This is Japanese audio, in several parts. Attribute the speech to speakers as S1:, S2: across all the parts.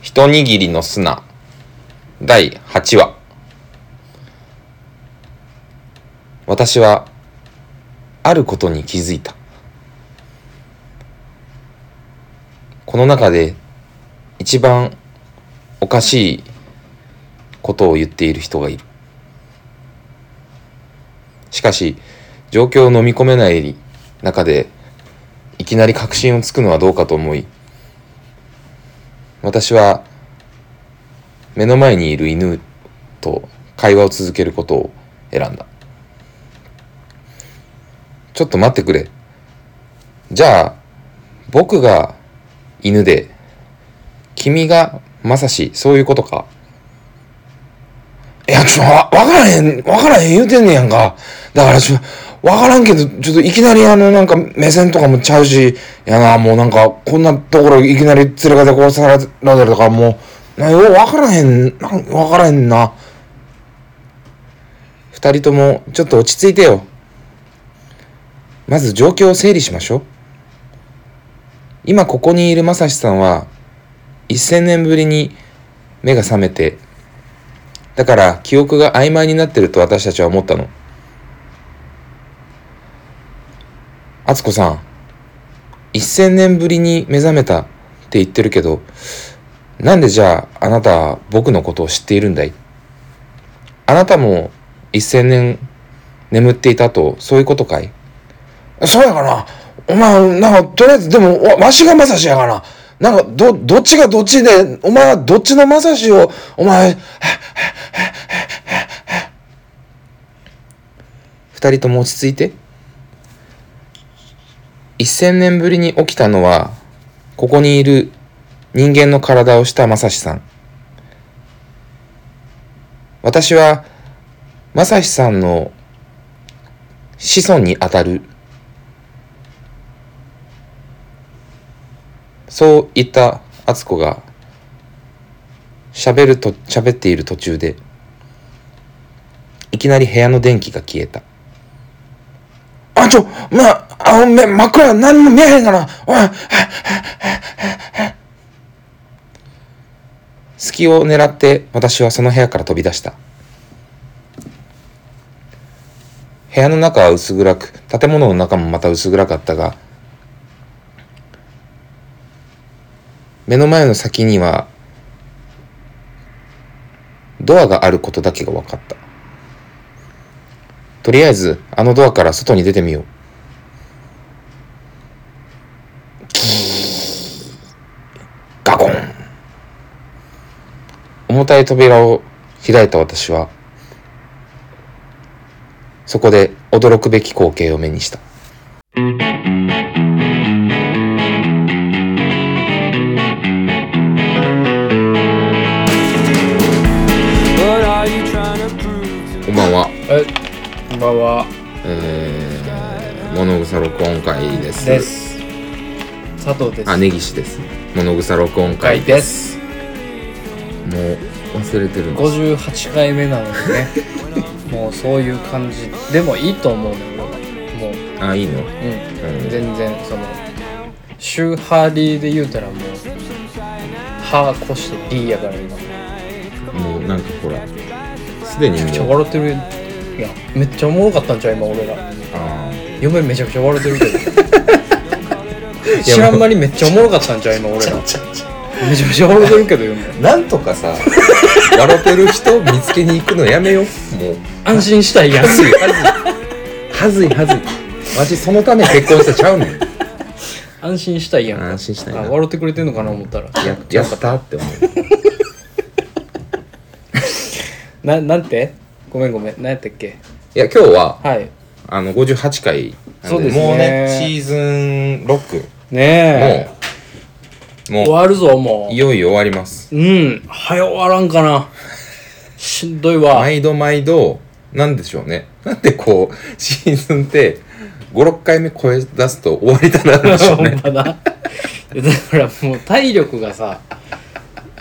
S1: 一握りの砂第8話私はあることに気づいたこの中で一番おかしいことを言っている人がいるしかし状況を飲み込めない中でいきなり確信をつくのはどうかと思い私は目の前にいる犬と会話を続けることを選んだちょっと待ってくれじゃあ僕が犬で君がまさしそういうことかいやちょっとわわからへんわからへん言うてんねやんかだからちょわからんけどちょっといきなりあのなんか目線とかもちゃうしやなもうなんかこんなところいきなり連れかで殺されられるとかもうなようわからへんなんわからへんな二人ともちょっと落ち着いてよまず状況を整理しましょう今ここにいるまさしさんは1000年ぶりに目が覚めてだから記憶が曖昧になってると私たちは思ったの敦子さん1000年ぶりに目覚めたって言ってるけどなんでじゃああなたは僕のことを知っているんだいあなたも1000年眠っていたとそういうことかいそうやかな。お前、なんか、とりあえず、でも、わわしがまさしやから。なんか、ど、どっちがどっちで、お前はどっちのまさしを、お前、二人とも落ち着いて。一千年ぶりに起きたのは、ここにいる人間の体をしたまさしさん。私は、まさしさんの子孫にあたるそう言った敦子が喋ると喋っている途中でいきなり部屋の電気が消えた「あちょまあのめ真っ暗何も見えへんからおいはっはっはっはっは隙を狙って私はその部屋から飛び出した部屋の中は薄暗く建物の中もまた薄暗かったが目の前の先にはドアがあることだけが分かったとりあえずあのドアから外に出てみようガコン重たい扉を開いた私はそこで驚くべき光景を目にしたこんばんは
S2: はい、こんばんは。
S1: えー、物草録音会です。
S2: です。佐藤です。
S1: あ、根岸です。物草録音
S2: 回
S1: 会で
S2: です。
S1: もう忘れてるんで
S2: 58
S1: す。
S2: 回目なのでね。もうそういう感じでもいいと思うのよ。俺はもう、
S1: あ、いいの。う
S2: うんん、全然その。週ハーリーで言うたらもう。ハー越して D やから今。め
S1: もうなんかほら、すでに
S2: ちゃくちゃ
S1: もう。
S2: 笑ってる。いや、めっちゃおもろかったんじゃう今俺ら。
S1: あ
S2: 嫁めちゃくちゃ笑ってる けど。知らん間にめっちゃおもろかったんじゃう今俺ら。めちゃくちゃ笑ってるけど嫁。
S1: ーなんとかさ、 笑ってる人見つけに行くのやめよ。もう、
S2: 安心したいやん。
S1: はずい、はずい。はずい、はずい。わしそのため結婚したちゃうねん。
S2: 安心したいやんか
S1: 安心したいな
S2: あ笑ってくれてんのかな思ったら
S1: や、やったって思う。
S2: ななんてごめんごめん何やったっけ
S1: いや、今日は、
S2: はい
S1: あの58回なん
S2: そうですね
S1: もうねシーズン6
S2: ね
S1: もうも
S2: え終わるぞも
S1: ういよいよ終わります
S2: ううん早終わらんかなしんどいわ
S1: 毎度毎度なんでしょうねなんでこうシーズンって56回目超え出すと終わりだなるんでし ょう
S2: ほん
S1: ね
S2: まだいやだからもう体力がさ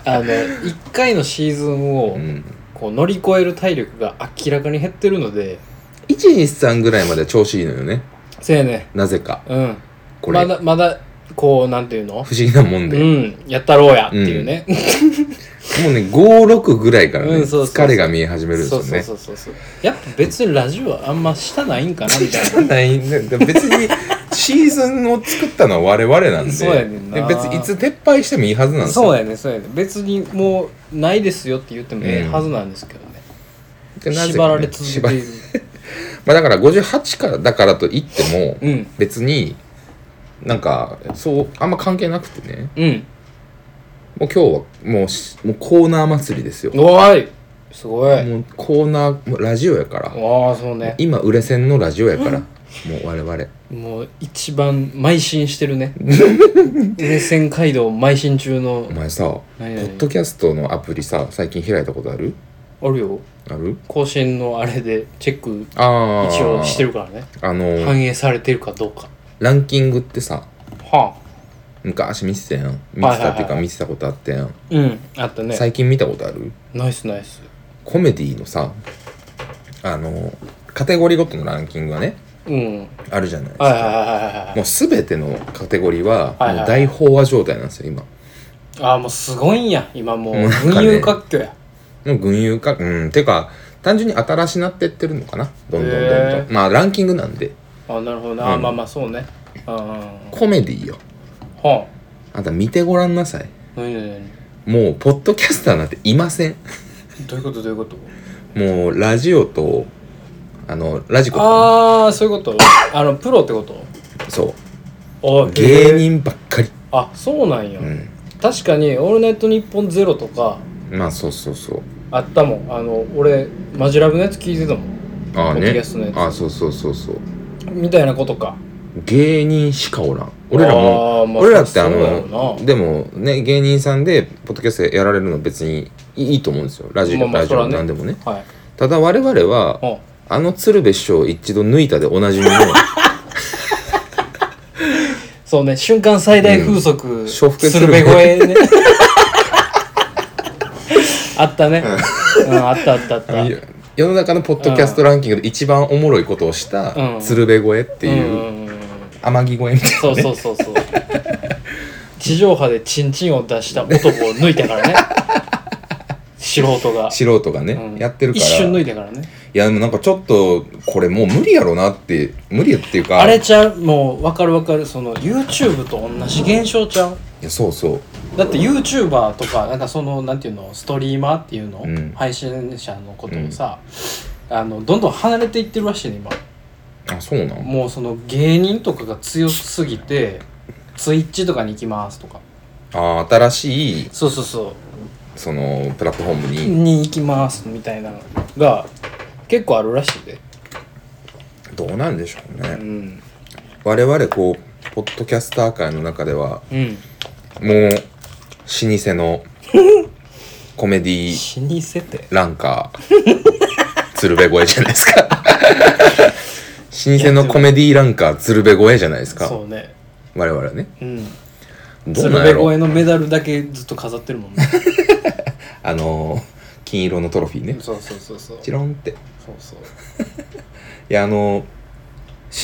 S2: あの1回のシーズンを
S1: うん
S2: こう乗り越える体力が明らかに減ってるので
S1: 123ぐらいまで調子いいのよね
S2: せやね
S1: なぜか
S2: うん
S1: これ、
S2: まだまだこうなんていうの
S1: 不思議なもん
S2: う
S1: で、も
S2: んやったろうやっていうね、
S1: うね56ぐらいからね、
S2: うんそうそうそう
S1: 疲れが見え始めるんです
S2: そ
S1: よ
S2: う
S1: ね
S2: そうそうそうそうやっぱ別にラジオはあんましたないんかなみたいな
S1: ないねで別にシーズンを作ったのは我々なんで
S2: そうやねんな
S1: で別にいつ撤廃してもいいはずなんですよ
S2: そうやねそうやね別にもうないですよって言ってもええはずなんですけどね、
S1: でなぜかね
S2: 縛られ続けている
S1: まあ、だから58からだからといっても
S2: うん
S1: 別になんかそうあんま関係なくてね
S2: うん
S1: もう今日はもうしもうコーナー祭りですよも
S2: おーいすごいう
S1: コーナーもうラジオやから
S2: わあそうね
S1: 今売れ線のラジオやからもう我々
S2: もう一番邁進してる ね冷戦街道邁進中の
S1: お前さポ
S2: 何々
S1: ッドキャストのアプリさ最近開いたことある
S2: あるよ
S1: ある
S2: 更新のあれでチェック
S1: ああ
S2: 一応してるからね
S1: あのー
S2: 反映されてるかどうか
S1: ランキングってさ
S2: はあ
S1: 昔見てたやん見てたっていう
S2: はいはい
S1: か
S2: はい
S1: 見てたことあったやん、
S2: うんあったね
S1: 最近見たことある
S2: ナイスナイス
S1: コメディのさあのカテゴリーごとのランキングがね
S2: うん
S1: あるじゃないですか、
S2: はいはいはいはいはい
S1: もう全てのカテゴリーは
S2: はいはい
S1: もう大飽和状態なんですよ今
S2: ああもうすごいんや今もう
S1: もうなんかね
S2: 群雄割拠や
S1: もう群雄化うんてか単純に新しなってってるのかなどんどんどんどん、
S2: へー
S1: まあランキングなんで
S2: あなるほどな、あ
S1: うん
S2: まあまあそうねうんうんうんは
S1: コメディよ
S2: あ
S1: あんた見てごらんなさい
S2: 何何何
S1: もうポッドキャスターなんていません
S2: どういうことどういうこと
S1: もうラジオとあのラジコとか
S2: ああそういうことあのプロってこと
S1: ねそう
S2: あ
S1: 芸
S2: へえ
S1: 人ばっかり、
S2: あそうなんや、
S1: うん、
S2: 確かに「オールナイトニッポンゼロとか
S1: まあそうそうそう
S2: あったもんあの俺マジラブのやつ聞いてたもん
S1: ああ
S2: ポッドキ
S1: ね
S2: ャストのやつ
S1: ああそうそうそうそう
S2: みたいなことか
S1: 芸人しかおらん俺ら
S2: あ
S1: も
S2: ーまあ
S1: 俺らって
S2: そ
S1: あ
S2: うだろうな
S1: のでもね芸人さんでポッドキャストやられるの別にいいと思うんですよラジ
S2: まあ
S1: オ
S2: まあ
S1: ラジ
S2: そら
S1: オ
S2: ね
S1: なんでもね
S2: はい
S1: ただ我々は
S2: あ
S1: あの鶴瓶師匠を一度抜いたでおなじ みの
S2: そうね瞬間最大風速、
S1: 笑福亭
S2: するべ声ね あったね、うん、あったあったあった
S1: いや世の中のポッドキャストランキングで一番おもろいことをした
S2: うん
S1: 鶴瓶越えって
S2: うん
S1: いう
S2: うんうん
S1: 天城越えみたいな
S2: そうそうそうそう地上波でチンチンを出した男を抜いたか らね素人が、
S1: 素人がね、
S2: うん
S1: やってるから
S2: 一瞬抜いたからね
S1: いやでもなんかちょっとこれもう無理やろなって無理っていうか
S2: あれちゃうもう分かる分かるその YouTube と同じ現象ちゃう
S1: いやそうそう
S2: だって YouTuber とかなんかそのなんていうのストリーマーっていうの、
S1: うん
S2: 配信者のことをさ、あのどんどん離れていってるらしいね今
S1: あそうなん
S2: もうその芸人とかが強すぎて Twitch とかに行きますとか
S1: あ新しい
S2: そうそうそう
S1: そのプラットフォームに
S2: に行きますみたいなのが結構あるらしいで、
S1: どうなんでしょうね
S2: うん
S1: 我々こうポッドキャスター界の中では
S2: うん、
S1: もう老舗 のコメディ
S2: 死にせて
S1: ランカー鶴瓶越えじゃないです か老舗のコメディランカー鶴瓶越えじゃないですか
S2: そうね
S1: 我々はね
S2: うん
S1: どう
S2: 鶴
S1: なん
S2: 瓶
S1: や
S2: 越
S1: ろ
S2: えのメダルだけずっと飾ってるもんね
S1: あのー金色のトロフィーね
S2: そうそうそうそう
S1: チロンって
S2: そうそう
S1: いやあの老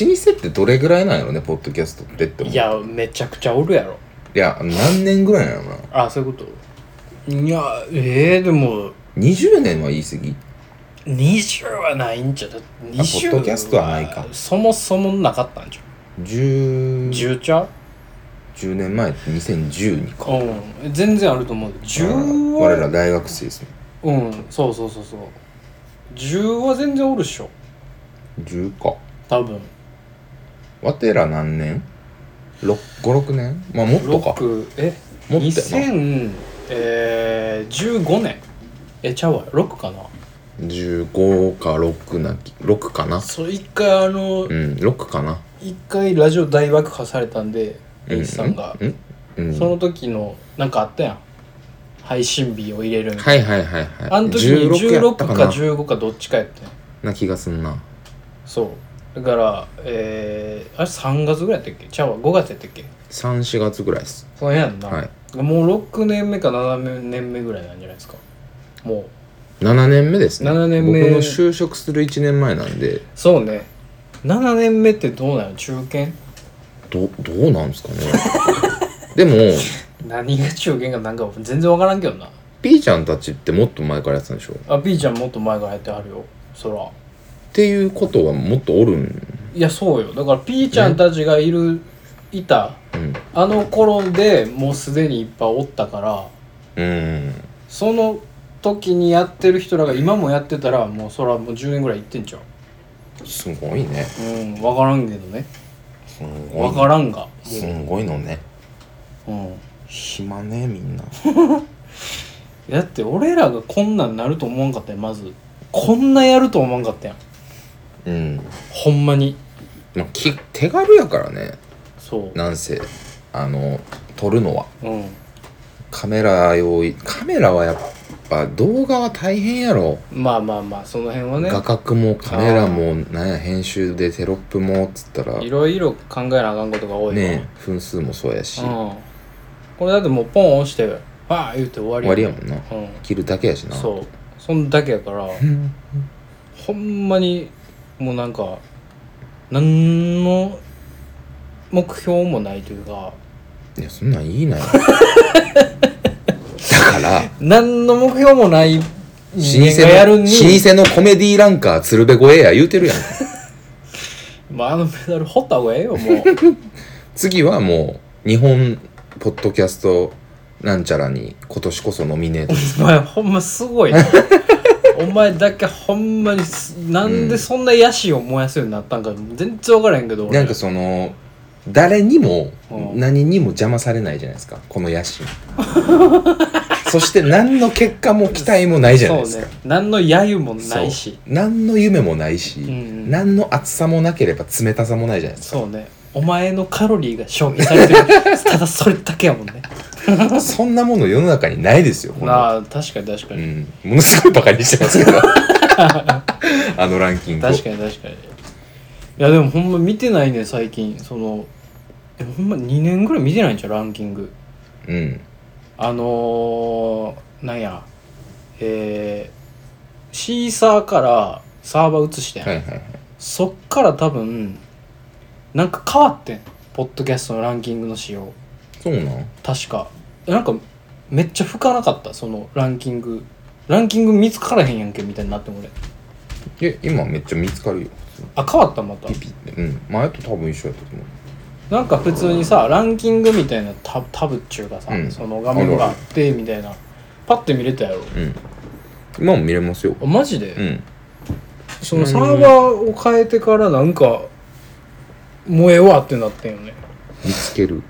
S1: 舗ってどれぐらいなんやろねポッドキャストってって思う
S2: い
S1: いや
S2: やめちゃくちゃおるやろ
S1: 何年ぐらいなんやろな
S2: あそういうこといやえー、でも
S1: 20年は言い過ぎ
S2: 20はないんじゃだって20
S1: ポッドキャストはないか
S2: そもそもなかったんじゃ
S1: 10,
S2: ん
S1: 10,
S2: 10ちゃう
S1: 年前って2012か、
S2: うん全然あると思う10は
S1: 我ら大学生ですね
S2: うんそうそうそうそう10は全然おるっしょ
S1: 10か
S2: 多分
S1: わてら何年 ?56 年まあもっとか
S2: 6え
S1: もっとやな
S2: 2015年えちゃうわ6かな
S1: 15か6なき6かな
S2: そう一回あの
S1: うん6かな
S2: 一回ラジオ大爆破されたんでエイジさんが
S1: うん、うん
S2: その時のなんかあったやん配信日を入れるみたい
S1: はいはいはいはい
S2: なあの時に
S1: や
S2: 16
S1: った
S2: か
S1: かな
S2: 15かどっちかやったやん
S1: な気がすんな
S2: そうだからえー、あれ3月ぐらいやったっけちゃうわ5月やったっけ
S1: 34月ぐらいです
S2: その辺やんな、
S1: はい
S2: もう6年目か7年目ぐらいなんじゃないですかもう
S1: 7年目ですね
S2: 7年目
S1: 僕の就職する1年前なんで
S2: そうね7年目ってどうなの中堅
S1: どどうなんですかね でも
S2: 何が中元かなんか全然わからんけどな
S1: P ちゃんたちってもっと前からやってたんでしょっ
S2: あ P ちゃんもっと前からやってあるよそら
S1: ていうことはもっとおるん、
S2: いやそうよだから P ちゃんたちがいる、いた
S1: うん、
S2: あの頃でもうすでにいっぱいおったから
S1: うん
S2: その時にやってる人らが今もやってたらもうそらもう10年ぐらいいってんちゃう
S1: すごいね
S2: うん分からんけどね
S1: すごい
S2: 分からんがも
S1: すごいのね
S2: う、うん、
S1: 暇ねみんな
S2: だって俺らがこんなんなると思わんかったやんまずこんなやると思わんかったやん
S1: うん、
S2: ほんまに
S1: まあ、き手軽やからね
S2: そ
S1: なんせあの撮るのは
S2: ううん
S1: カメラ用意カメラはやっぱ動画は大変やろ、
S2: まあまあまあその辺はね
S1: 画角もカメラもなんや編集でテロップもっつったら
S2: いろいろ考えなあかんことが多いわ
S1: ね分数もそうやし、
S2: うんこれだってもうポン押してバー言うて終わり
S1: 終わりやもんな
S2: うん
S1: 切るだけやしな
S2: そうそんだけやから
S1: うん
S2: ほんまにもうなんか何の目標もないというか
S1: いやそんなんいい なよだから
S2: 何の目標もない
S1: 老
S2: 人間がや
S1: 舗
S2: る
S1: の
S2: に
S1: 老舗のコメディランカー鶴瓶越えや言うてるやん
S2: まあ、あのメダル掘った方がええ よもう
S1: 次はもう日本ポッドキャストなんちゃらに今年こそノミネート
S2: お前ほんますごい なお前だけほんまにすなんでそんな野心を燃やすようになったんか全然分からへんけど俺
S1: なんかその誰にも
S2: うん
S1: 何にも邪魔されないじゃないですかこの野心 そして何の結果も期待もないじゃないです
S2: そう
S1: か
S2: ね何の揶揄もないし
S1: そう何の夢もないし、
S2: うんうん
S1: 何の熱さもなければ冷たさもないじゃないです
S2: そうねお前のカロリーが消費されて るただそれだけやもんね
S1: かそんなもの世の中にないですよこんな
S2: ああ確かに確か
S1: う
S2: に、
S1: ん、ものすごいバカにしてますけ どあのランキングを
S2: 確かに確かにいやでもほんま見てないね最近そのえほんま2年ぐらい見てないんちゃうランキング
S1: うん
S2: あのー、なんやえー、シーサーからサーバー移してん、
S1: はいはいはい
S2: そっから多分なんか変わってんポッドキャストのランキングの仕様
S1: そうなん
S2: 確かなんかめっちゃ吹かなかったそのランキングランキング見つからへんやんけみたいになっても俺
S1: え今めっちゃ見つかるよ
S2: あ変わったまた
S1: ピピってうん前と多分一緒やったと思う
S2: なんか普通にさランキングみたいなタタブっちゅうかさ、
S1: うん
S2: その画面があってみたいなパッて見れたやろ
S1: うん今も見れますよ
S2: あマジで、
S1: うん
S2: そのサーバーを変えてからなんかもうええわってなってんよね
S1: 見つける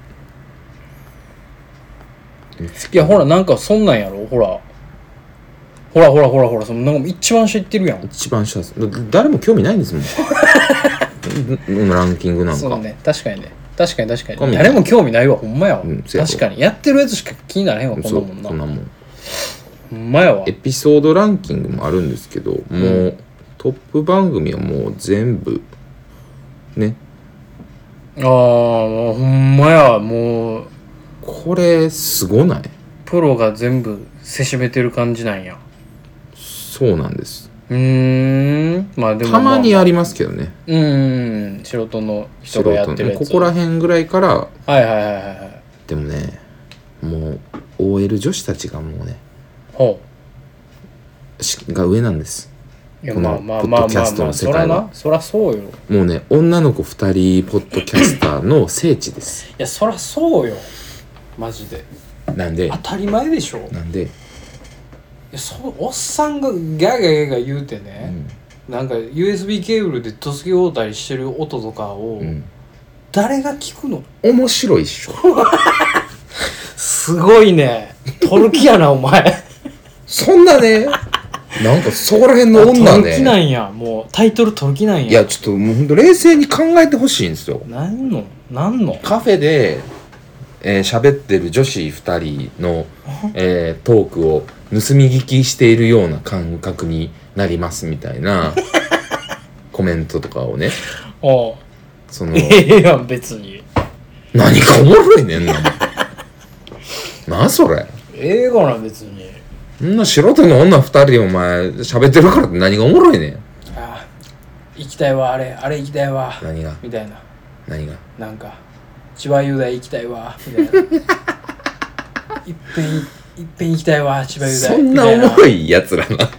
S1: 見つ
S2: いやほらなんかそんなんやろほらほらほらほらほらそのなんか一番知ってるやん
S1: 一番下ですだ誰も興味ないんですもん うんランキングなん
S2: そ
S1: か
S2: うね確かにね確かに確か
S1: 興
S2: に
S1: 味ない
S2: 誰も興味ないわほんまやわ、
S1: うんせやろ
S2: 確かにやってるやつしか気にならへんわこん
S1: そ
S2: な
S1: う
S2: もんな
S1: こんなもん
S2: ほんまやわ
S1: エピソードランキングもあるんですけどもう、トップ番組はもう全部ね
S2: ああもうほんまやもう
S1: これすごない
S2: プロが全部せしめてる感じなんや
S1: そうなんです
S2: うーんまあでも
S1: たまに
S2: あ
S1: ありますけどね
S2: うーん素人の人がやってるや
S1: こ
S2: つ
S1: こら辺ぐらいから
S2: はいはいはいはいはい
S1: でもねもう OL 女子たちがもうね
S2: ほ
S1: しが上なんです
S2: ういや
S1: この
S2: まあまあまあま
S1: ポッドキャ
S2: あ
S1: スト
S2: ま
S1: の
S2: あ
S1: 世
S2: そ
S1: 界
S2: ら
S1: は
S2: なそらそうよい
S1: もうね女の子2人ポッドキャスターの聖地です
S2: やそらそうよマジで
S1: なんで
S2: 当たり前でしょい
S1: なんで、
S2: やそおっさんがギャーギャーギャーギャー言うて
S1: う
S2: ね、
S1: ん
S2: なんか USB ケーブルで突き合うたりしてる音とかを、
S1: うん、
S2: 誰が聞くの
S1: 面白いっしょ
S2: すごいね取る気やなお前
S1: そんな ね、なんかそこら辺の女
S2: あ取る気な
S1: ね。
S2: んやもうタイトル取る気なんや
S1: いや、ちょっともうほんと冷静に考えてほしいんですよ。
S2: なんのなんの
S1: カフェで、えー喋ってる女子二人の、えートークを盗み聞きしているような感覚になりますみたい なコメントとかをね、
S2: おう
S1: その、
S2: ええやん別に
S1: 何かおもろいねんな。なそれ。
S2: ええがな別に
S1: そんな素人の女二人お前喋ってるからって何がおもろいねん。
S2: ああ行きたいわあれあれ行きたいわ
S1: 何が
S2: みたいな
S1: 何が
S2: なんか千葉雄大行きたいわみたいないっぺんいいっぺん行きたいわ千葉雄大
S1: そんな重いやつらな。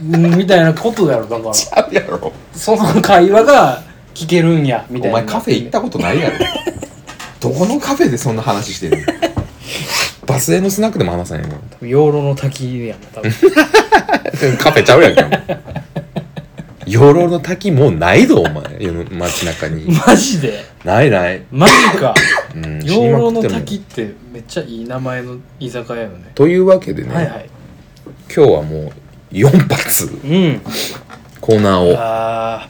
S2: みたいなうんみたいなことだろだから
S1: ちゃうやろ。
S2: その会話が聞けるんやみた
S1: お
S2: いな
S1: 前カフェ行ったことないやろ。どこのカフェでそんな話してるの バスへのスナックでも話さないもん。
S2: 養老の滝やんな多分
S1: カフェちゃうやんけ。お前養老の滝もうないぞ、お前。世の街中に。
S2: マジで
S1: ないない。
S2: マジか
S1: うん
S2: 養老の。
S1: 死にまくって
S2: 滝
S1: も
S2: ってめっちゃいい名前の居酒屋よね
S1: というわけでね、
S2: はいはい
S1: 今日はもう4発
S2: うん
S1: コーナー
S2: あ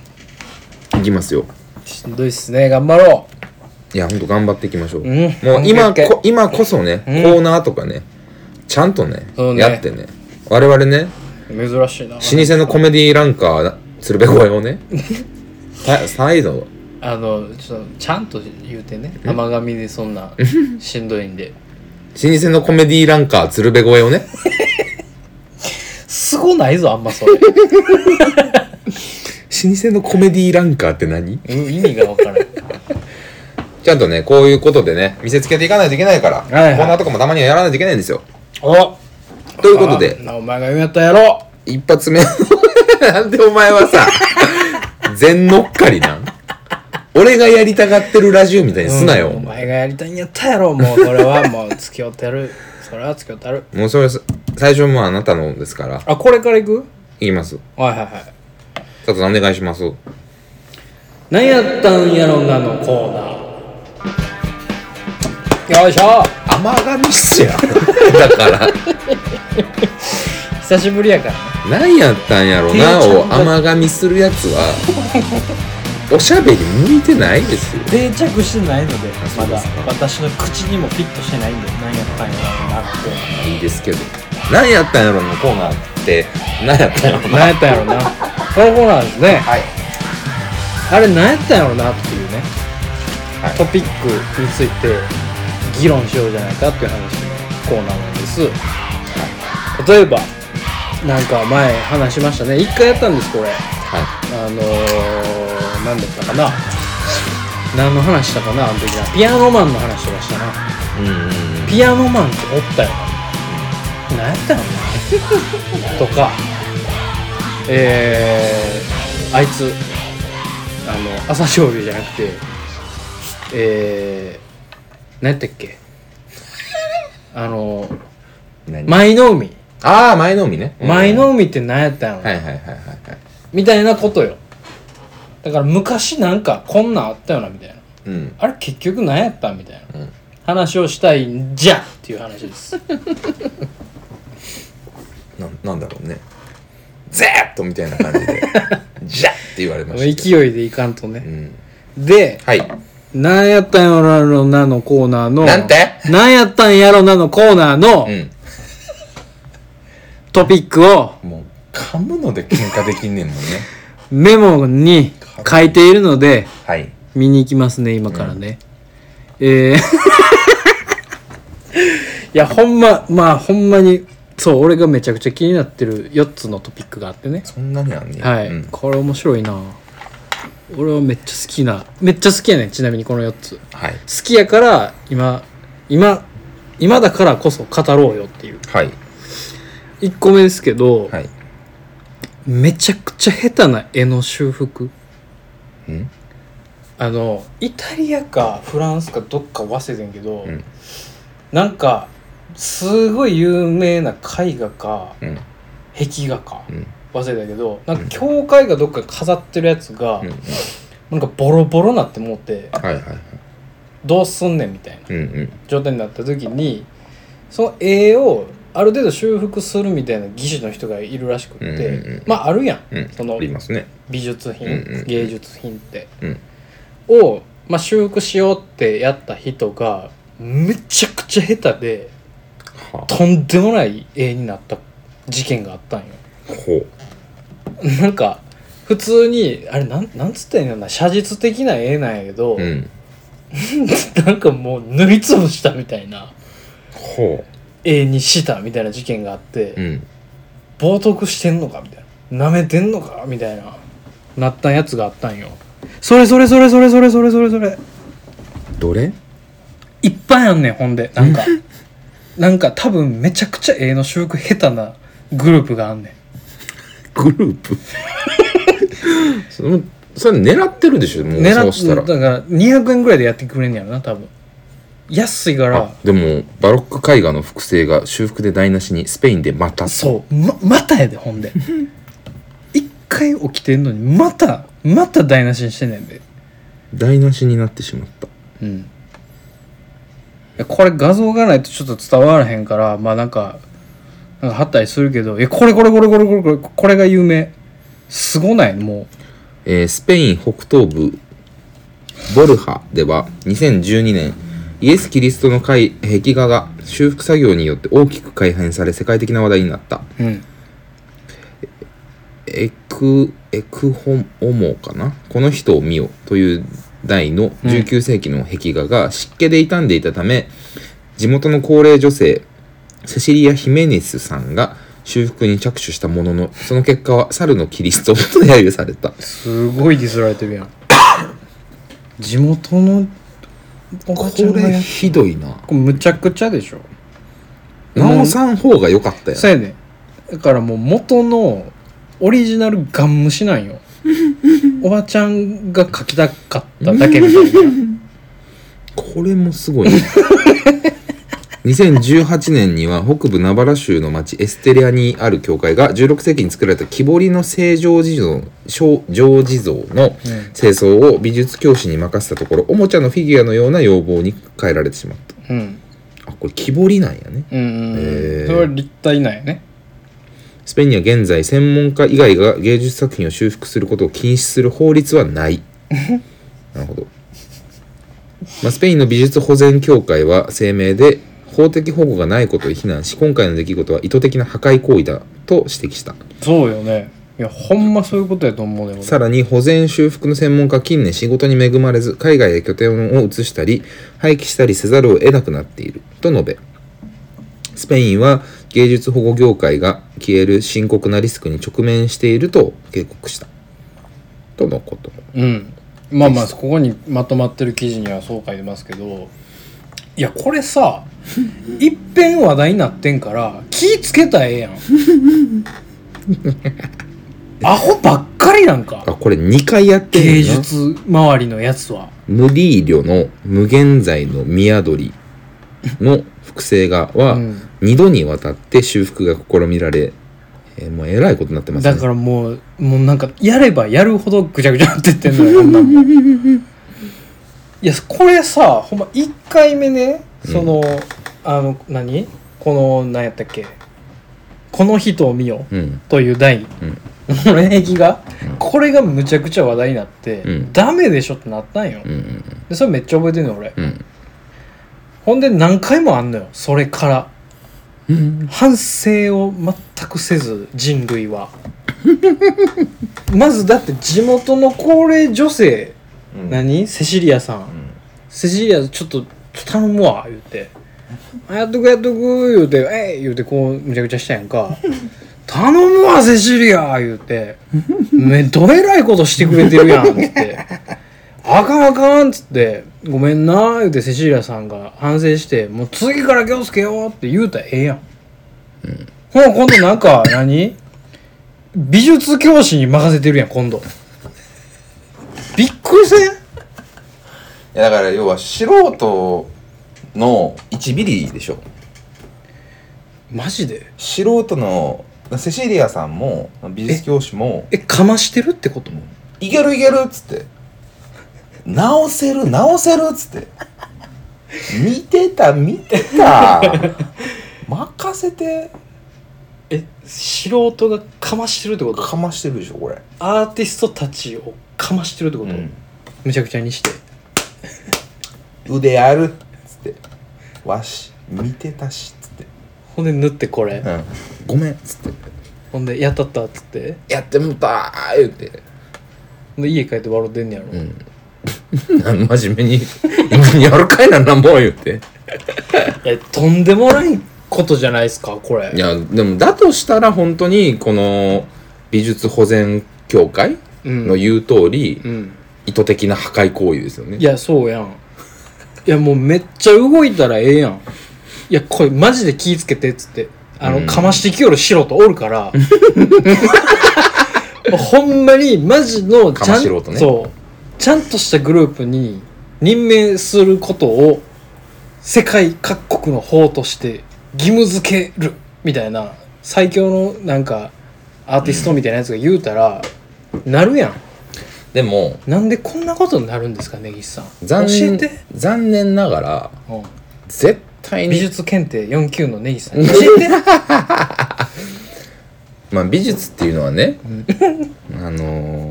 S1: をいきますよ。
S2: ーしんどいっすね頑張ろ
S1: いや、ほんと頑張っていきましょう。
S2: ううん
S1: もう今
S2: もう一回
S1: こ今こそね、
S2: うん
S1: コーナーとかねちゃんとね
S2: そうね
S1: やってね我々ね
S2: 珍しいな
S1: 老舗のコメディランカー鶴瓶声を ねさ再度
S2: あのちょっとちゃんと言うてね
S1: え
S2: 甘噛みでそ んなしんどいんで
S1: 老舗のコメディランカー鶴瓶声をね
S2: すごないぞあんま それ、
S1: 老舗のコメディランカーって何
S2: うん、意味がわからん
S1: ちゃんとねこういうことでね見せつけていかないといけないから、
S2: いはい
S1: コーナーとかもたまにはやらないといけないんですよ
S2: お
S1: ということで
S2: あお前が言うんやったらやろう
S1: 一発目 なんでお前はさ全乗っかりなん俺がやりたがってるラジオみたいにすなよ、
S2: うん
S1: お
S2: お
S1: 前
S2: 前がやりたいんやったやろもうそれはもう付き合ってるそれは付き合ってる
S1: もうそれす最初もあなたのですから
S2: あこれから行く
S1: 言います
S2: はいはいはい
S1: 佐藤さんお願いします
S2: 何やったんやろなのコーナーよいしょ
S1: 甘がみっすやだから
S2: 久しぶりやからね
S1: 何やったんやろな
S2: てい
S1: を
S2: うちゃんが
S1: 甘がみするやつはおしゃべり向いてないですよ
S2: 定着してないので
S1: あそ
S2: ま
S1: うで
S2: だ
S1: すか
S2: 私の口にもフィットしてないんで何やったんやろなって
S1: いいですけど何やったんやろのコーナーって何やったんやろな
S2: 何やったんやろ なこのコーナーですね
S1: はい
S2: あれ何やったんやろなっていうね、
S1: はい
S2: トピックについて議論しようじゃないかっていう話のコーナーなんです、例えばなんか前話しましたね一回やったんですこれ
S1: は
S2: あのー、何だったかな 何の話したかなあの時はピアノマンの話とかしたない
S1: うんうんうん
S2: ピアノマンっておったよな何やったよなとかえー、あいつあの朝青龍じゃなくてえー、何やったっけあの
S1: 何
S2: 舞の海
S1: ああ前の海ね
S2: 舞
S1: 海
S2: の海って何やったよな、
S1: はいはいはいはいはい
S2: みたいなことよだから昔なんかこんなんあったよなみたいな
S1: うん
S2: あれ結局何やったみたいな
S1: うん
S2: 話をしたいんじゃっていう話です
S1: なんなんだろうねゼーッとみたいな感じ でじゃって言われましたけど
S2: 勢いでいかんとね、
S1: うん
S2: で
S1: はい
S2: 「なんやったんやろな」のコーナーの
S1: なんて
S2: なんやったんやろな」のコーナーの
S1: うん
S2: トピックを
S1: もう噛むので喧嘩できんねんもんね
S2: メモに書いているので
S1: はい
S2: 見に行きますね今からね、えー いやほんままあほんまにそう俺がめちゃくちゃ気になってる4つのトピックがあってね
S1: そんなにあんねん
S2: はい、
S1: うん
S2: これ面白いな俺はめっちゃ好きなめっちゃ好きやねんちなみにこの4つ
S1: はい
S2: 好きやから今今今だからこそ語ろうよっていう
S1: はい
S2: 1個目ですけど、
S1: はい
S2: めちゃくちゃ下手な絵の修復
S1: うん
S2: あのイタリアかフランスかどっか忘れてんけど、
S1: うん
S2: なんかすごい有名な絵画か
S1: うん
S2: 壁画か
S1: うん
S2: 忘れたけどなんか教会がどっかに飾ってるやつが、
S1: うん
S2: なんかボロボロなって思って
S1: はいはいはい
S2: どうすんねんみたいな
S1: うんうん
S2: 状態になった時にその絵をある程度修復するみたいな技師の人がいるらしくって、
S1: うんうんうん
S2: まああるやん
S1: うん
S2: その
S1: ありますね
S2: 美術品、
S1: うんうんうん
S2: 芸術品って、
S1: うん
S2: を、まあ、修復しようってやった人がめちゃくちゃ下手で
S1: はあ
S2: とんでもない絵になった事件があったんよ。
S1: ほう
S2: なんか普通にあれなんなんつったらいいのかな写実的な絵なんやけど、
S1: うん
S2: なんかもう塗りつぶしたみたいな
S1: ほ
S2: 絵にしたみたいな事件があって。
S1: ううん
S2: 冒涜してんのかみたいな舐めてんのかみたいななったやつがあったんよそれそれそれそれそれそれそれそれ
S1: どれ
S2: いっぱいあんねんほんでなんかなんか多分めちゃくちゃ絵の修復下手なグループがあんねん
S1: グルー プそのそれ狙ってるでしょもう
S2: 狙
S1: そうした
S2: っ
S1: ら
S2: だから200円ぐらいでやってくれんねやろな多分安いから
S1: あでもバロック絵画の複製が修復で台無しにスペインでまた
S2: そうままたやでほ んで一回起きてんのにまたまた台無しにしてんねんで
S1: 台無しになってしまった
S2: うんいやこれ画像がないとちょっと伝わらへんからまあなんかなんか貼ったりするけどいやこれこれこれこれこれこれこれが有名すごないも
S1: えースペイン北東部ボルハでは2012年イエス・キリストの壁壁画が修復作業によって大きく改変され世界的な話題になった
S2: ううん
S1: エクエクホモかなこの人を見よという題の19世紀の壁画が湿気で傷んでいたため、地元の高齢女性セシリア・ヒメネスさんが修復に着手したもののその結果は猿のキリストと揶揄された
S2: すごいディスられてるやん地元のお
S1: こ
S2: ばちゃんが
S1: れ
S2: やっ
S1: ひどいな
S2: これむちゃくちゃでしょ
S1: 直さん方が良かったよ
S2: そうやねだからもう元のオリジナルガン虫なん よおばちゃんが描きたかっただけみたいな
S1: これもすごい、ね、2018年には北部ナバラ州の町エステリアにある教会が16世紀に作られた木彫りの聖常寺像聖常寺像の清掃を美術教師に任せたところおもちゃのフィギュアのような要望に変えられてしまった
S2: うん
S1: あこれ木彫りなんやね
S2: うんうんうん、
S1: へー
S2: それは立体なんやね
S1: スペインには現在専門家以外が芸術作品を修復することを禁止する法律はないなるほど、まあ、スペインの美術保全協会は声明で法的保護がないことを非難し今回の出来事は意図的な破壊行為だと指摘した
S2: そうよねいやほんまそういうことやと思うね
S1: さらに保全修復の専門家は近年仕事に恵まれず海外へ拠点を移したり廃棄したりせざるを得なくなっていると述べスペインは芸術保護業界が消える深刻なリスクに直面していると警告したとのこと
S2: うんまあまあここにまとまってる記事にはそう書いてますけどいやこれさいっぺん話題になってんから気ぃつけたらええやんアホばっかりなんか
S1: あこれ2回やって
S2: 芸
S1: るな
S2: 術周りのやつは
S1: ムディーリョの「無限罪の宮鳥」の複製画は
S2: うん
S1: 2度にわたって修復が試みられ、えーもうえらいことになってますね
S2: だからもうもうなんかやればやるほどぐちゃぐちゃなってってん のよこんなんもんいやこれさほんま1回目ねその、あの何この何やったっけ「この人を見よ
S1: うん」
S2: という題こ
S1: うん
S2: の演技が、
S1: うん
S2: これがむちゃくちゃ話題になって、
S1: うん
S2: ダメでしょってなったんよ、
S1: うんうん
S2: でそれめっちゃ覚えてんの俺
S1: うん
S2: ほんで何回もあんのよそれから
S1: うん
S2: 反省を全くせず人類は まずだって地元の高齢女性、
S1: うん
S2: 何セシリアさん、セシリアちょっと頼むわ言うて「あやっとくやっとく」言うて「えい!」言うてこうむちゃくちゃしたや んか「頼むわセシリア!」言うて「めどえらいことしてくれてるやん」つって「あかんあかん」っつって「ごめんな」言うてセシリアさんが反省して「もう次から気をつけよう」って言うたらええやん、ほな今度なんか 何美術教師に任せてるやん今度びっくりせん
S1: いやだから要は素人の1ミリでしょ
S2: マジで
S1: 素人のセシリアさんも美術教師も
S2: えかましてるってこと
S1: 「いけるいける」っつって「直せる直せる」っつって「見てた見てた任せて
S2: え素人がかましてるってこ」と
S1: かましてるでしょこれ、
S2: アーティストたちをかましてるってこと、むちゃくちゃにして
S1: 腕ある」っつって「わし見てたし」っつって
S2: ほんで縫ってこれ、
S1: うん「ごめん」っつって
S2: ほんでやったったっつって
S1: 「やってもうた」言うて。
S2: ほんで家帰って笑ってんねやろ、
S1: うん。真面目に、今やるかいな、なんぼ言うて。
S2: えとんでもないことじゃないですかこれ
S1: いや、でも、だとしたら、本当に、この、美術保全協会
S2: うん
S1: の言う通り、
S2: うん
S1: 意図的な破壊行為ですよね。
S2: いやそうやんいやもうめっちゃ動いたらええやんいやこれマジで気ぃつけてっつってあの、
S1: うん
S2: かましてきよる素人おるから ほんまにマジの
S1: か
S2: ちゃ
S1: ま
S2: ん
S1: しろうとね
S2: そうちゃんとしたグループに任命することを世界各国の法として義務付けるみたいな最強のなんかアーティストみたいなやつが言うたら、なるやん
S1: でも
S2: なんでこんなことになるんですか根岸さん
S1: 残念
S2: 教えて、
S1: 残念ながら
S2: うん
S1: 絶対に
S2: 美術検定4級の根岸さん
S1: う
S2: に
S1: ん
S2: 教えて、
S1: まあ、美術っていうのはね
S2: うん
S1: あのー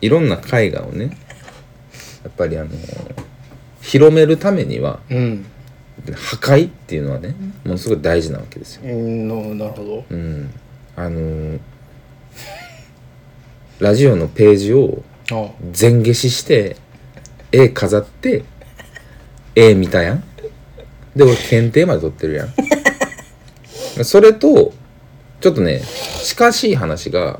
S1: いろんな絵画をねやっぱりあのー広めるためには
S2: うん
S1: 破壊っていうのはねものすごい大事なわけですよ。
S2: うん、なるほど
S1: うん、あのーラジオのページを
S2: あ
S1: 全消しして絵飾って絵見たやんで俺検定まで取ってるやん それとちょっとね近しい話が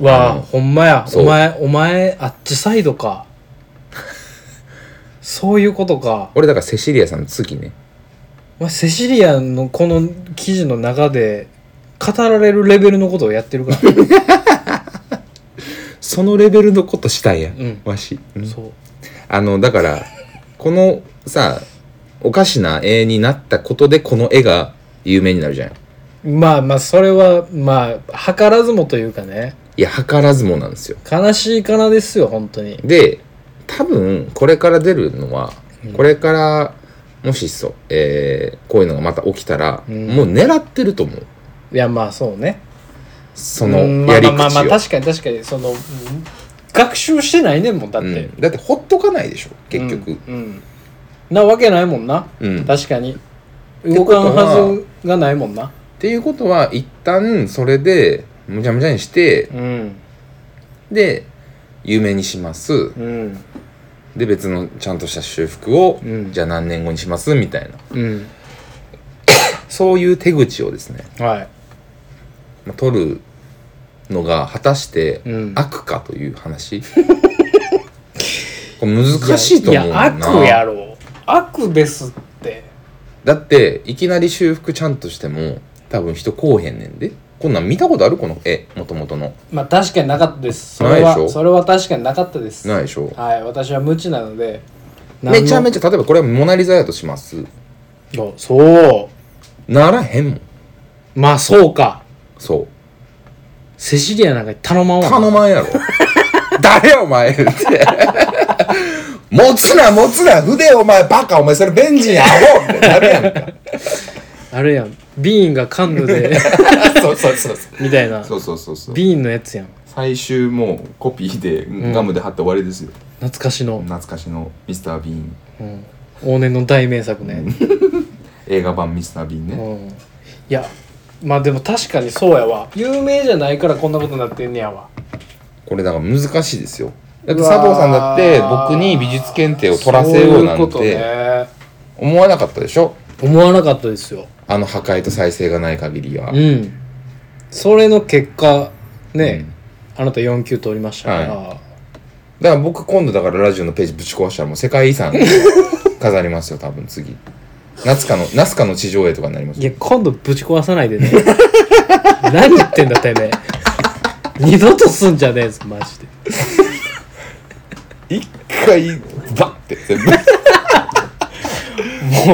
S2: あわ
S1: うん
S2: あほんまや
S1: そう
S2: お前お前あっちサイドかそういうことか
S1: 俺だからセシリアさんの次ね
S2: お前セシリアのこの記事の中で語られるレベルのことをやってるから
S1: そのレベルのことしたいやん、
S2: うん
S1: わし、うん
S2: そう
S1: あのだからこのさおかしな絵になったことでこの絵が有名になるじゃん
S2: まあまあそれはまあ図らずもというかね
S1: いや図らずもなんですよ
S2: 悲しいかなですよ本当に
S1: で多分これから出るのは、
S2: うん
S1: これからもしそう、えーこういうのがまた起きたら、
S2: うん
S1: もう狙ってると思う
S2: いやまあそうね
S1: その
S2: うん
S1: やり口を、
S2: まあまあまあまあ確かに確かにその、うん学習してないねんもんだって、
S1: うんだってほっとかないでしょ結局、
S2: うんうんなわけないもんな
S1: うんっ
S2: 確かに
S1: て
S2: 動
S1: こと
S2: か
S1: は
S2: んはずがないもんな
S1: ていうことは一旦それでむちゃむちゃにして
S2: うん
S1: で有名にします
S2: うん
S1: で別のちゃんとした修復を、
S2: うん
S1: じゃあ何年後にしますみたいな
S2: うん
S1: そういう手口をですね、
S2: はい
S1: まあ取るのが果たして
S2: うん
S1: 悪かという話これ難しいと思う
S2: い
S1: ん
S2: や
S1: だな
S2: 悪やろ悪ですって
S1: だっていきなり修復ちゃんとしても多分人来おへんねんでこんなん見たことあるこの絵もともとの
S2: まあ確かになかったですそれ
S1: ないでし
S2: は
S1: ょ
S2: それは確かになかったです
S1: ないでしょ
S2: はい私は無知なので
S1: めちゃめ
S2: ち
S1: ちゃ例えばこれはモナ・リザやとします
S2: ゃそう
S1: ならへんもん
S2: まあそうか
S1: そう
S2: セシリアなんかに頼まんわ
S1: 頼まんやろ 誰やお前って持つな持つな筆お前バカお前それベンジンやろってなるやん か
S2: あれやんビーンがカン ヌで
S1: そうそうそうそ
S2: みたいな
S3: うそうそうそう
S2: ビーンのやつやん
S3: 最終もうコピーで
S2: ん
S3: ガムで貼って終わりですよ、
S2: 懐かしの、
S3: 懐かしのミスター・ビーン
S2: うん、往年の大名作ね、
S3: 映画版ミスター・ビーン
S2: う
S3: ね、
S2: ん、いやまあでも確かにそうやわ有名じゃないからこんなことになってんねやわ
S1: これだから難しいですよだって
S2: うわ
S1: 佐
S2: ー
S1: 藤さんだって僕に美術検定を取らせような
S2: そ
S1: ん
S2: いこと
S1: て
S2: ね
S1: 思わなかったでしょ
S2: 思わなかったですよ
S1: あの破壊と再生がない限りは、
S2: うんそれの結果ね
S1: うん、
S2: あなた4級取りましたから、
S1: だから僕今度だからラジオのページぶち壊したらもう世界 遺産飾りますよ多分次ナスカのナスカの地上絵とかになります
S2: い、
S1: よ
S2: や今度ぶち壊さないでね 何言ってんだてめえ二度とすんじゃねえぞマジで
S1: 一回バッて 全部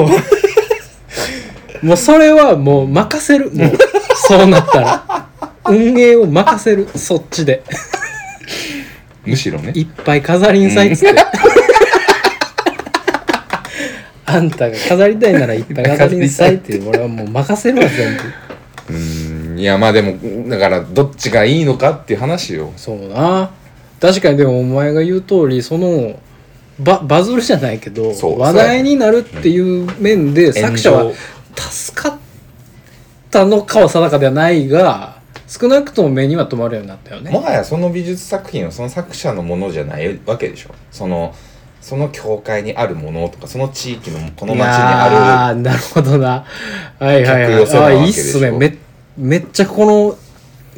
S2: もうもうそれはもう任 せるもうそうなったら運営を任せるそっちで
S1: むしろね
S2: いっぱい飾りんさいっつって、 あんたが飾りたいならいっぱい飾りんさいって俺はもう任せるわ全部
S1: うーんいやまあでもだからどっちがいいのかっていう話よ
S2: そうな確かにでもお前が言う通りそのババズるじゃないけど
S1: そう
S2: 話題になるっていう面で
S1: そうやね
S2: 作者
S1: 炎
S2: は助かったのかは定かではないが少なくとも目には留まるようになったよね
S1: もはやその美術作品はその作者のものじゃないわけでしょそのその教会にあるものとかその地域のこの町にあ
S2: あなるほどなはいはいはい
S1: 客寄せなわ
S2: あ
S1: け
S2: いいっ
S1: でし
S2: す
S1: ょ
S2: ねめめっちゃこの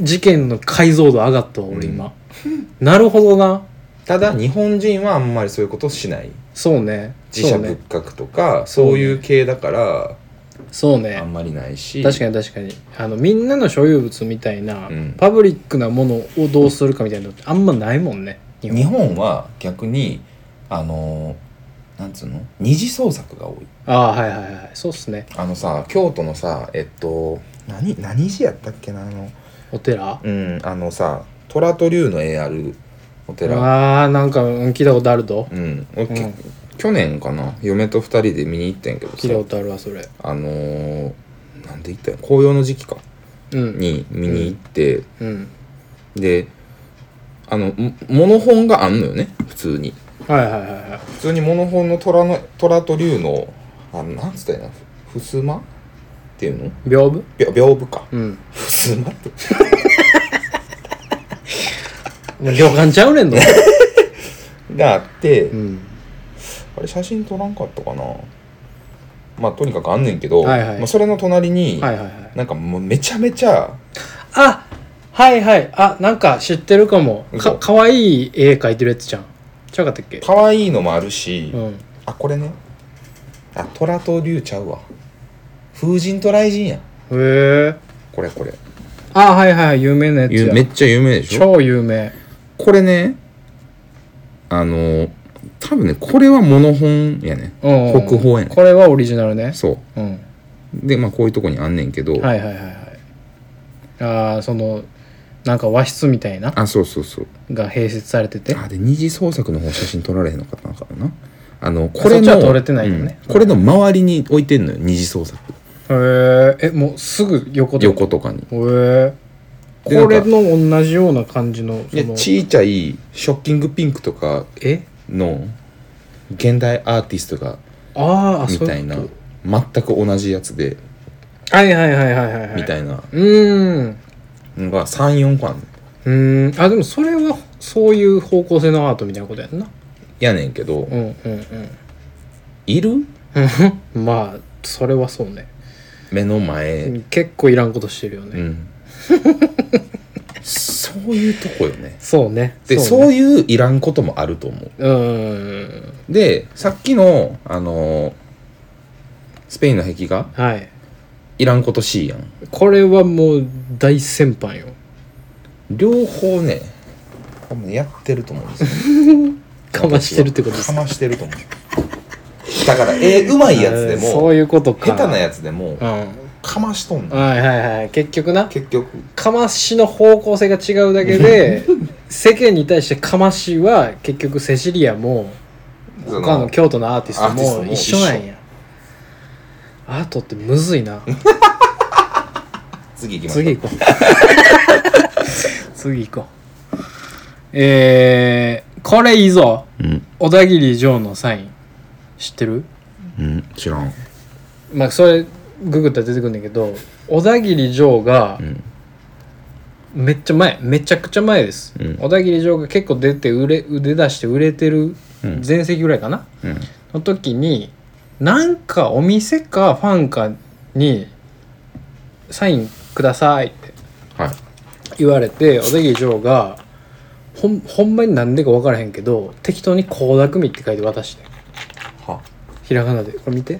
S2: 事件の解像度上がったわ俺今、なるほどな
S1: るただ日本人はあんまりそういうことをしない
S2: そうね
S1: 自社
S2: そうね
S1: 仏閣とかそう,、いう系だから
S2: そう
S1: あん
S2: ね
S1: まりないし
S2: 確かに確かにあのみんなの所有物みたいな、
S1: うん
S2: パブリックなものをどうするかみたいなのってあんまないもんね日本
S1: 日本は逆にあのーなんつうの二次創作が多い
S2: ああはいはいはいそうっすね
S1: あのさ京都のさえっと何何寺やったっけなあの
S2: お寺
S1: うんあのさ虎と竜の絵あるお寺
S2: ああなんかうん聞いたことあると
S1: うん、俺き
S2: うん
S1: 去年かな嫁と二人で見に行ったんやけどさ
S2: 聞いたことあるわそれ
S1: あのーなんで行ったんや紅葉の時期か
S2: うん
S1: に見に行って、
S2: うん
S1: であのもモノ本があんのよね普通に
S2: はいはいはいはい
S1: 普通にモノ本の虎の虎と竜のあのなんつったらいいのふふすまっていうの
S2: 屏風
S1: びょ屏風か
S2: うん
S1: ふすまって
S2: もう旅館ちゃうねんの
S1: があって、
S2: うん
S1: あれ写真撮らんかったかなまあとにかくあんねんけど、
S2: はいはい
S1: まあ、それの隣に、
S2: はいはいはい
S1: なんかもうめちゃめちゃ
S2: あはいはいあなんか知ってるかも
S1: 嘘
S2: かかわいい絵描いてるやつじゃんちゃうかったっけ
S1: 可愛いのもあるし、
S2: うん
S1: あこれねあ虎と竜ちゃうわ風神と雷神や
S2: へえ
S1: これこれ
S2: あはいはい有名なやつや
S1: めっちゃ有名でしょ
S2: 超有名
S1: これねあの多分ねこれはモノ本やね
S2: うんうん
S1: 国宝やね
S2: これはオリジナルね
S1: そう
S2: うん
S1: でまあこういうとこにあんねんけど、
S2: はいはいはいはいああそのなんか和室みたいな
S1: あそうそうそう
S2: が併設されてて
S1: あで二次創作の方写真撮られへんのかったのかなあのこれ
S2: そっちは
S1: の
S2: 撮れてないのね
S1: うんこれの周りに置いてんのよ二次創作
S2: へーえもうすぐ横で
S1: 横とかに
S2: へえこ
S1: でなん
S2: れ
S1: か
S2: の同じような感じのそ
S1: で
S2: の
S1: ちいちゃいショッキングピンクとか
S2: え
S1: の現代アーティストが
S2: あーあ
S1: み
S2: そう
S1: た
S2: い
S1: いう
S2: こ
S1: な
S2: と
S1: 全く同じやつで
S2: はいはいはいはいはいはい
S1: みたいな
S2: うーん
S1: のが34個あんねん
S2: うーんあでもそれはそういう方向性のアートみたいなことやんな
S1: やねんけど
S2: うんうん
S1: いる
S2: うん まあそれはそうね
S1: 目の前
S2: 結構いらんことしてるよね、
S1: うん そういうとこよね
S2: そうね
S1: で
S2: そ
S1: そう
S2: うね
S1: いういらんこともあると思う
S2: うーん
S1: でさっきのあのースペインの壁画
S2: はい
S1: いらんこと C やん
S2: これはもう大先輩よ
S1: 両方ね多分やってると思うんですよ
S2: かましてるってことです
S1: かましてると思うだからえうまいやつで
S2: あーそう
S1: も
S2: いうことか
S1: 下手なやつでも
S2: うん
S1: かましとんの
S2: はいはいはい結局な
S1: 結局
S2: かましの方向性が違うだ けで世間に対してかましは結局セシリアも
S1: そ
S2: 他の京都のアーティスト
S1: アーティスト
S2: も
S1: も
S2: 一緒なんやアートってむずいな
S1: 次行きましょう
S2: 次行こう 次行こうえー、これいいぞ
S1: うん、
S2: 小田切城のサイン知ってる
S1: うん、知らん
S2: まあそれググったら出てくるんだけど小田切城が
S1: うん
S2: めっちゃ前めちゃくちゃ前です、
S1: うん
S2: 小田切城が結構出て売れ腕出して売れてる
S1: うん
S2: 全盛期ぐらいかな、
S1: うん
S2: の時になんかお店かファンかにサインくださいって
S1: はい
S2: 言われて小田切城がほんほんまに何でか分からへんけど適当に「倖田來未」って書いて渡して
S1: は
S2: ひらがなでこれ見て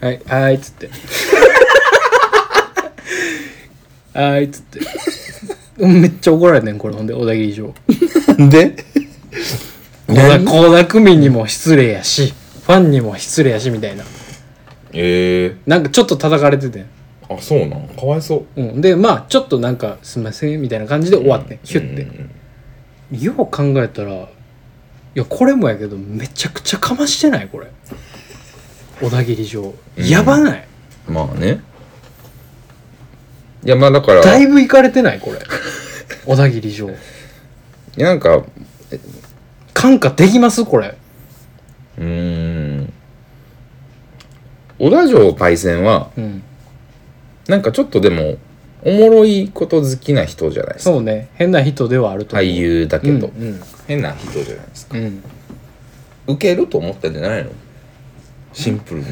S2: はいはいっつって はいっつってめっちゃ怒られてんこれほんで小田切城
S1: で
S2: 倖田倖田來未にも失礼やしファンにも失礼やしみたいな
S1: ええ
S2: なんかちょっと叩かれてて
S1: あそうなんかわいそう
S2: うん、でまあちょっとなんか「すいません」みたいな感じで終わってんヒュッて、
S1: うん
S2: よう考えたらいやこれもやけどめちゃくちゃかましてないこれ小田切城
S1: ん
S2: やばない、
S1: まあねいやまあだから
S2: だいぶいかれてないこれ小田切城
S1: いやなんかう
S2: 感化できますこれ
S1: ーん小田城パイセンは
S2: うん
S1: なんかちょっとでもおもろいこと好きな人じゃないですか
S2: そうね変な人ではあると思う
S1: 俳優だけど、
S2: うん
S1: 変な人じゃないですか
S2: うん、うん
S1: ウケると思ったんじゃないのシンプルに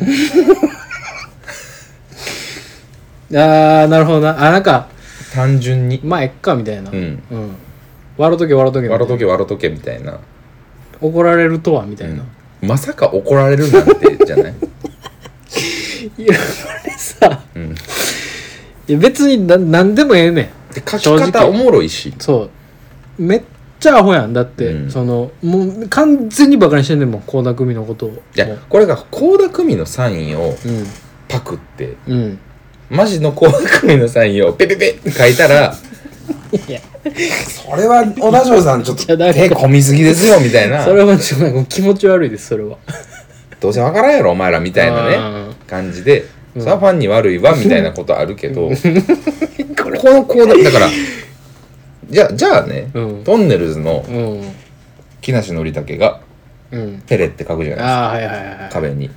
S2: あーなるほどなあなんか
S1: 単純に
S2: まあえっかみたいな
S1: うん
S2: うん、笑うとけ笑うとけみたいな
S1: 笑うとけ笑うとけみたいな
S2: 怒られるとはみたいな、
S1: まさか怒られるなんてじゃない
S2: いやこれさ
S1: うん
S2: いや別にな何でもええねん
S1: で書き方おもろいし
S2: そうめっちゃアホやんだって、
S1: うん
S2: そのもう完全にバカにしてんねんもん倖田來未のことを
S1: いやこれが倖田來未のサインを
S2: う
S1: パクって
S2: んうん
S1: マジの倖田來未のサインをペペペって書いたら
S2: いや
S1: それは小田城さんちょっと
S2: いやなんか
S1: 手込みすぎですよみたいな
S2: それはちょっとなんか気持ち悪いですそれは
S1: どうせ分からんやろお前らみたいなね
S2: ね
S1: 感じで、
S2: うん
S1: それはファンに悪いわみたいなことあるけど、
S2: これ
S1: この こうだだからじゃあじゃあね、
S2: うん
S1: トンネルズの
S2: うん
S1: 木梨憲武が
S2: うん
S1: 「ペレ」って書くじゃないですか
S2: ああーはいはいはい
S1: 壁に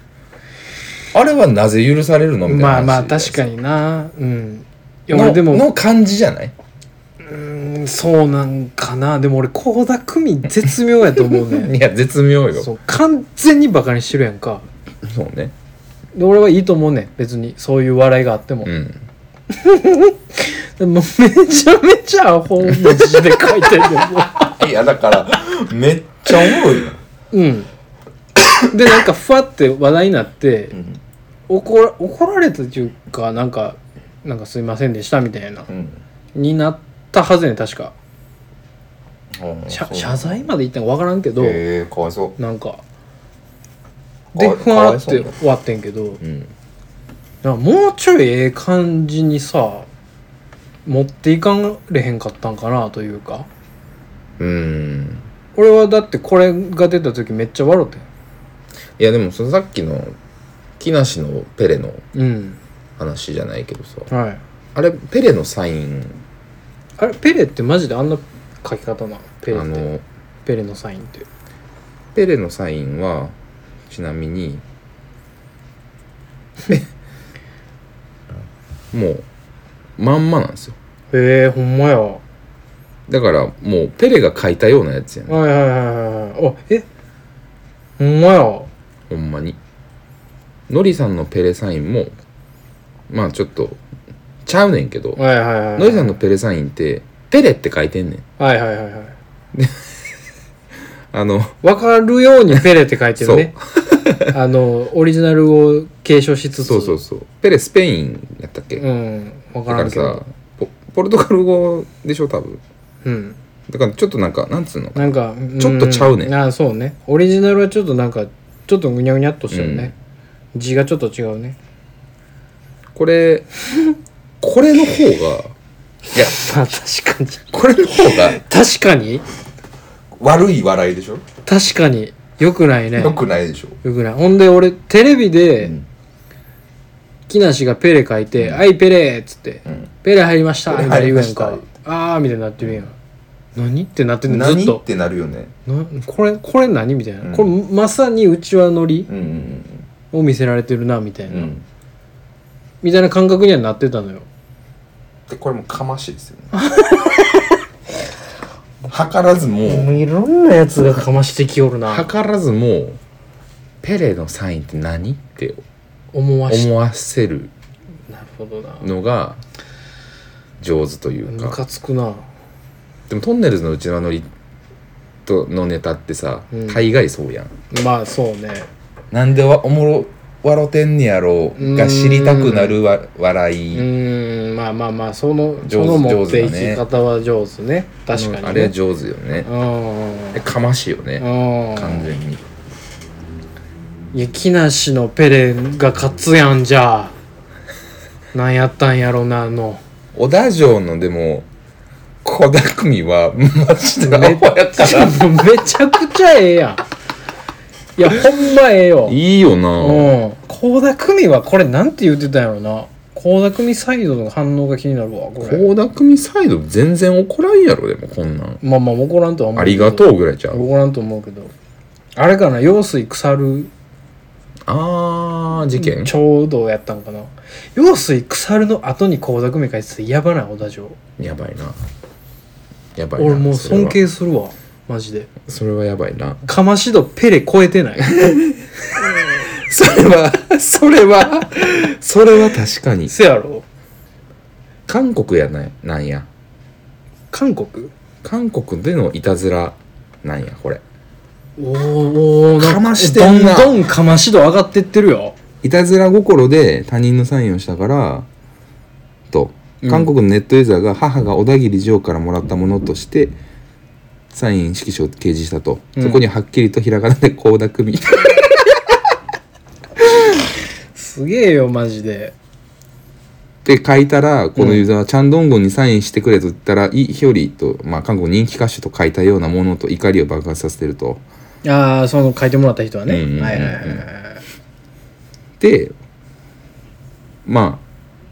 S1: あれはなぜ許されるのみたいな
S2: まあ
S1: 話
S2: まあ確かになうんいや
S1: の
S2: 俺でも
S1: の感じじゃないう
S2: ーんそうなんかなでも俺倖田來未絶妙やと思うね
S1: いや絶妙よそ
S2: そう完全にバカにしてるやんか
S1: うね
S2: で俺はいいと思うねん別にそういう笑いがあっても、
S1: うん
S2: でもめちゃめちゃアホな字で書いてるよも
S3: いやだからめっちゃおもろいな、
S2: ううんでなんかふわって話題になって、
S3: うん
S2: 怒ら怒られたというかなんかなんかすいませんでしたみたいな
S3: うん
S2: になったはずね確か
S3: そ
S2: 謝
S3: う
S2: 謝罪まで言ったんか分からんけど
S3: へえかわいそ
S2: なんかで
S3: かわい
S2: ふわっ
S3: かわいそう
S2: て
S3: だ
S2: 終わってんけど
S1: う、ん
S2: なんかもうちょいええ感じにさ持っていかれへんかったんかなというか
S1: うん
S2: 俺はだってこれが出た時めっちゃ笑って
S1: いやでもそのさっきの木梨のペレの
S2: うん
S1: 話じゃないけどさ
S2: はい
S1: あれペレのサイン
S2: あれペレってマジであんな書き方なの
S1: あ
S2: ペレって
S1: の
S2: ペレのサインって
S1: ペレのサインはちなみにえ もうまんまなんですよ
S2: へえほんまやは
S1: だからもうペレが書いたようなやつや
S2: い
S1: ね
S2: はいはいはいはいあえほんまや
S1: ほんまにのりさんのペレサインもまあちょっとちゃうねんけど
S2: はいはいはい
S1: のりさんのペレサインってペレって書いてんねん
S2: はいはいはいはい
S1: あの
S2: わかるようにペレって書いてるね あのオリジナルを継承しつつ
S1: そうそうそうペレスペインやったっけ、だ
S2: うんわか
S1: からら
S2: んけど
S1: さポポルトガル語でしょ多分
S2: うん
S1: だからちょっとなんかなんつうの
S2: なんか
S1: ちょっとちゃうね
S2: んああそうねオリジナルはちょっとなんかちょっとぐにゃぐにゃっとしてるね、字がちょっと違うね
S1: これこれの方がいや
S2: まあ確かに
S1: これの方が
S2: 確かに
S3: う悪い笑いでしょ、
S2: 確かによくないね
S3: よくないでしょ、
S2: よくないほんで俺テレビで、
S3: うん
S2: 木梨がペレ書いて「あいペレ」っつって
S3: うん
S2: 「ペレ入りました」み
S3: ペ
S2: た
S3: レ
S2: いな言うやん
S3: 入
S2: か
S3: りま
S2: あーみたいになってるやん何ってなってんのず
S3: 何
S2: っと
S3: ってなるよね
S2: なこれこれ何みたいな、
S3: うん
S2: これまさにうちわ乗り
S3: うんうん
S2: を見せられてるなみたい
S3: うん
S2: な、
S3: うん
S2: みたいな感覚にはなってたのよ
S3: でこれもかましですよね 計らずも
S2: いろんなやつがかましてきおるな
S1: 図らずもペレのサインって何って
S2: 思わし
S1: 思わせる
S2: なるほどな
S1: のが上手という
S2: ム
S1: か
S2: カつくな
S1: でもトンネルズのうちわのりとのネタってさ、
S2: うん
S1: 大概そうやん
S2: まあそうね
S1: なんでわおもろ笑てんねやろ
S2: うーん
S1: が知りたくなるわ笑
S2: う
S1: い、
S2: ーんまあまあまあその
S1: 上手
S2: その持
S1: 上
S2: って
S1: 手だ
S2: い
S1: ね
S2: き方は上手ね確かにね
S1: あれ上手よね
S2: う、ん
S1: えかましいよね、
S2: うん
S1: 完全に
S2: いや木梨のペレが勝つやんじゃ あなんやったんやろなあの
S1: 小田城のでも小田組はマジでアホやか
S2: いやもうめ ちゃくちゃええやんいやほんまええよ
S1: らいいよ
S2: う
S1: なん
S2: 倖田來未はこれなんて言ってたんやろな倖田來未サイドの反応が気になるわこれ
S1: 倖田組サイド全然怒らんやろでもこんなん
S2: まあまあ怒らんとは思う
S1: あ
S2: け
S1: り
S2: ど
S1: がとうぐらいちゃう
S2: 怒らんと思うけどあれかな用水腐る
S1: あー事件
S2: ちょうどやったんかな用水腐るの後に倖田來未書いてたらやばない小田城
S1: やばいなやばいな
S2: 俺もう
S1: それは
S2: 尊敬するわマジで
S1: それはやばいな
S2: かましどペレ超えてない
S1: それはそれはそれは確かに
S2: せやろ
S1: 韓国やななんや
S2: 韓国
S1: 韓国でのいたずらなんやこれ
S2: おーおーなん
S3: かましてんな
S2: どんどんかまし度上がってってるよ
S1: いたずら心で他人のサインをしたからと
S2: うん
S1: 韓国のネットユーザーが母が小田切城からもらったものとしてサイン色紙を掲示したと、
S2: うん
S1: そこにはっきりとひらがなで「倖田 來未」
S2: すげえよマジで
S1: って書いたらこのユーザーは「チャンドンゴンにサインしてくれ」と言ったら「イ・ヒョリ」と、まあ、韓国人気歌手と書いたようなものと怒りを爆発させてると。
S2: ああその書いてもらった人はね、
S1: うんうんうんうん
S2: はいはいはい
S1: でまあ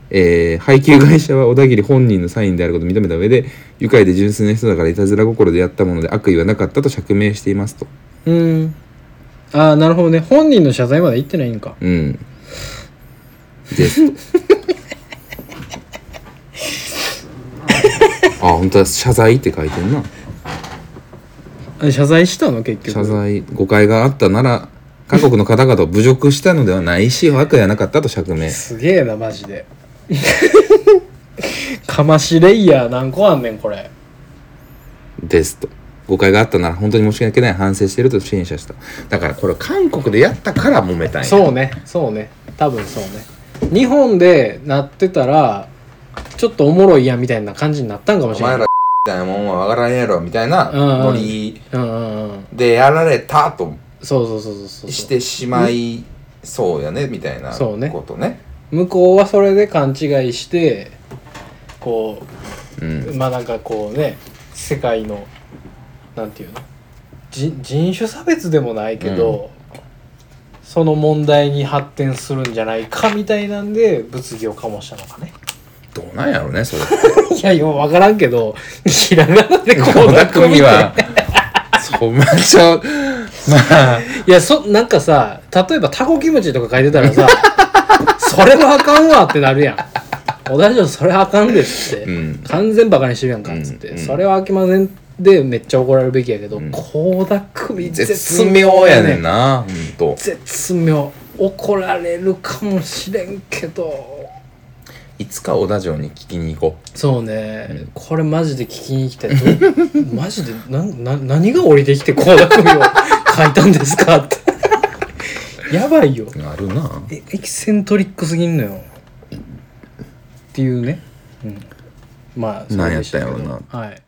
S1: えー配給会社は小田切本人のサインであることを認めた上で愉快で純粋な人だからいたずら心でやったもので悪意はなかったと釈明していますと。
S2: うんああなるほどね本人の謝罪まで行ってないんか
S1: うん。ですと。あ、本当だ。謝罪って書いてんな。
S2: あ謝罪したの結局
S1: 謝罪、誤解があったなら、韓国の方々を侮辱したのではないし、悪意はなかったと釈明。
S2: すげえなマジで かましレイヤー何個あんねんこれ
S1: ですと。誤解があったなら、本当に申し訳ない。反省していると支援者した。だから、これ韓国でやったから揉めたんや。
S2: そうねそうね多分そうね日本でなってたらちょっとおもろいやみたいな感じになったんかも
S3: お
S2: しれ
S3: 前ら
S2: ない
S3: みたいなもんは分からんやろみたいな
S2: うんうん
S3: ノリ
S2: うんうんうん
S3: でやられたと
S2: そうそうそうそうそう
S3: してしまいそうやねみたいな
S2: そうね
S3: ことね。
S2: 向こうはそれで勘違いしてこ
S1: うん。
S2: うまあなんかこうね世界のなんていうの人人種差別でもないけど、その問題に発展するんじゃないかみたいなんで物議を醸したのかね
S1: どうなんやろうね、それ。
S2: いやよう分からんけどひらがなでこ
S1: 小
S2: う
S1: 田
S2: な
S1: 組
S2: 組は
S1: は、そう、まあ、ちょ、まあ、
S2: いやそなんかさ例えばタコキムチとか書いてたらさ それはあかんわってなるやん小田城それはあかんですって、
S1: うん。
S2: 完全バカにしてるやんかっつって、
S1: うんうん
S2: それはあきませんでめっちゃ怒られるべきやけど
S1: うん
S2: 倖、田組
S1: 絶妙やねんな、ほんと。
S2: 絶妙怒られるかもしれんけど
S1: いつか小田城に聞きに行こ
S2: そうね、
S1: うん
S2: これマジで聞きに来てどう マジでなな何が降りてきて倖田組を書いたんですかって やばいよ
S1: う。あるな。
S2: えエキセントリックすぎんのよっていうね、うん、まあそれでしたけど
S1: なんやったんやろう
S2: はい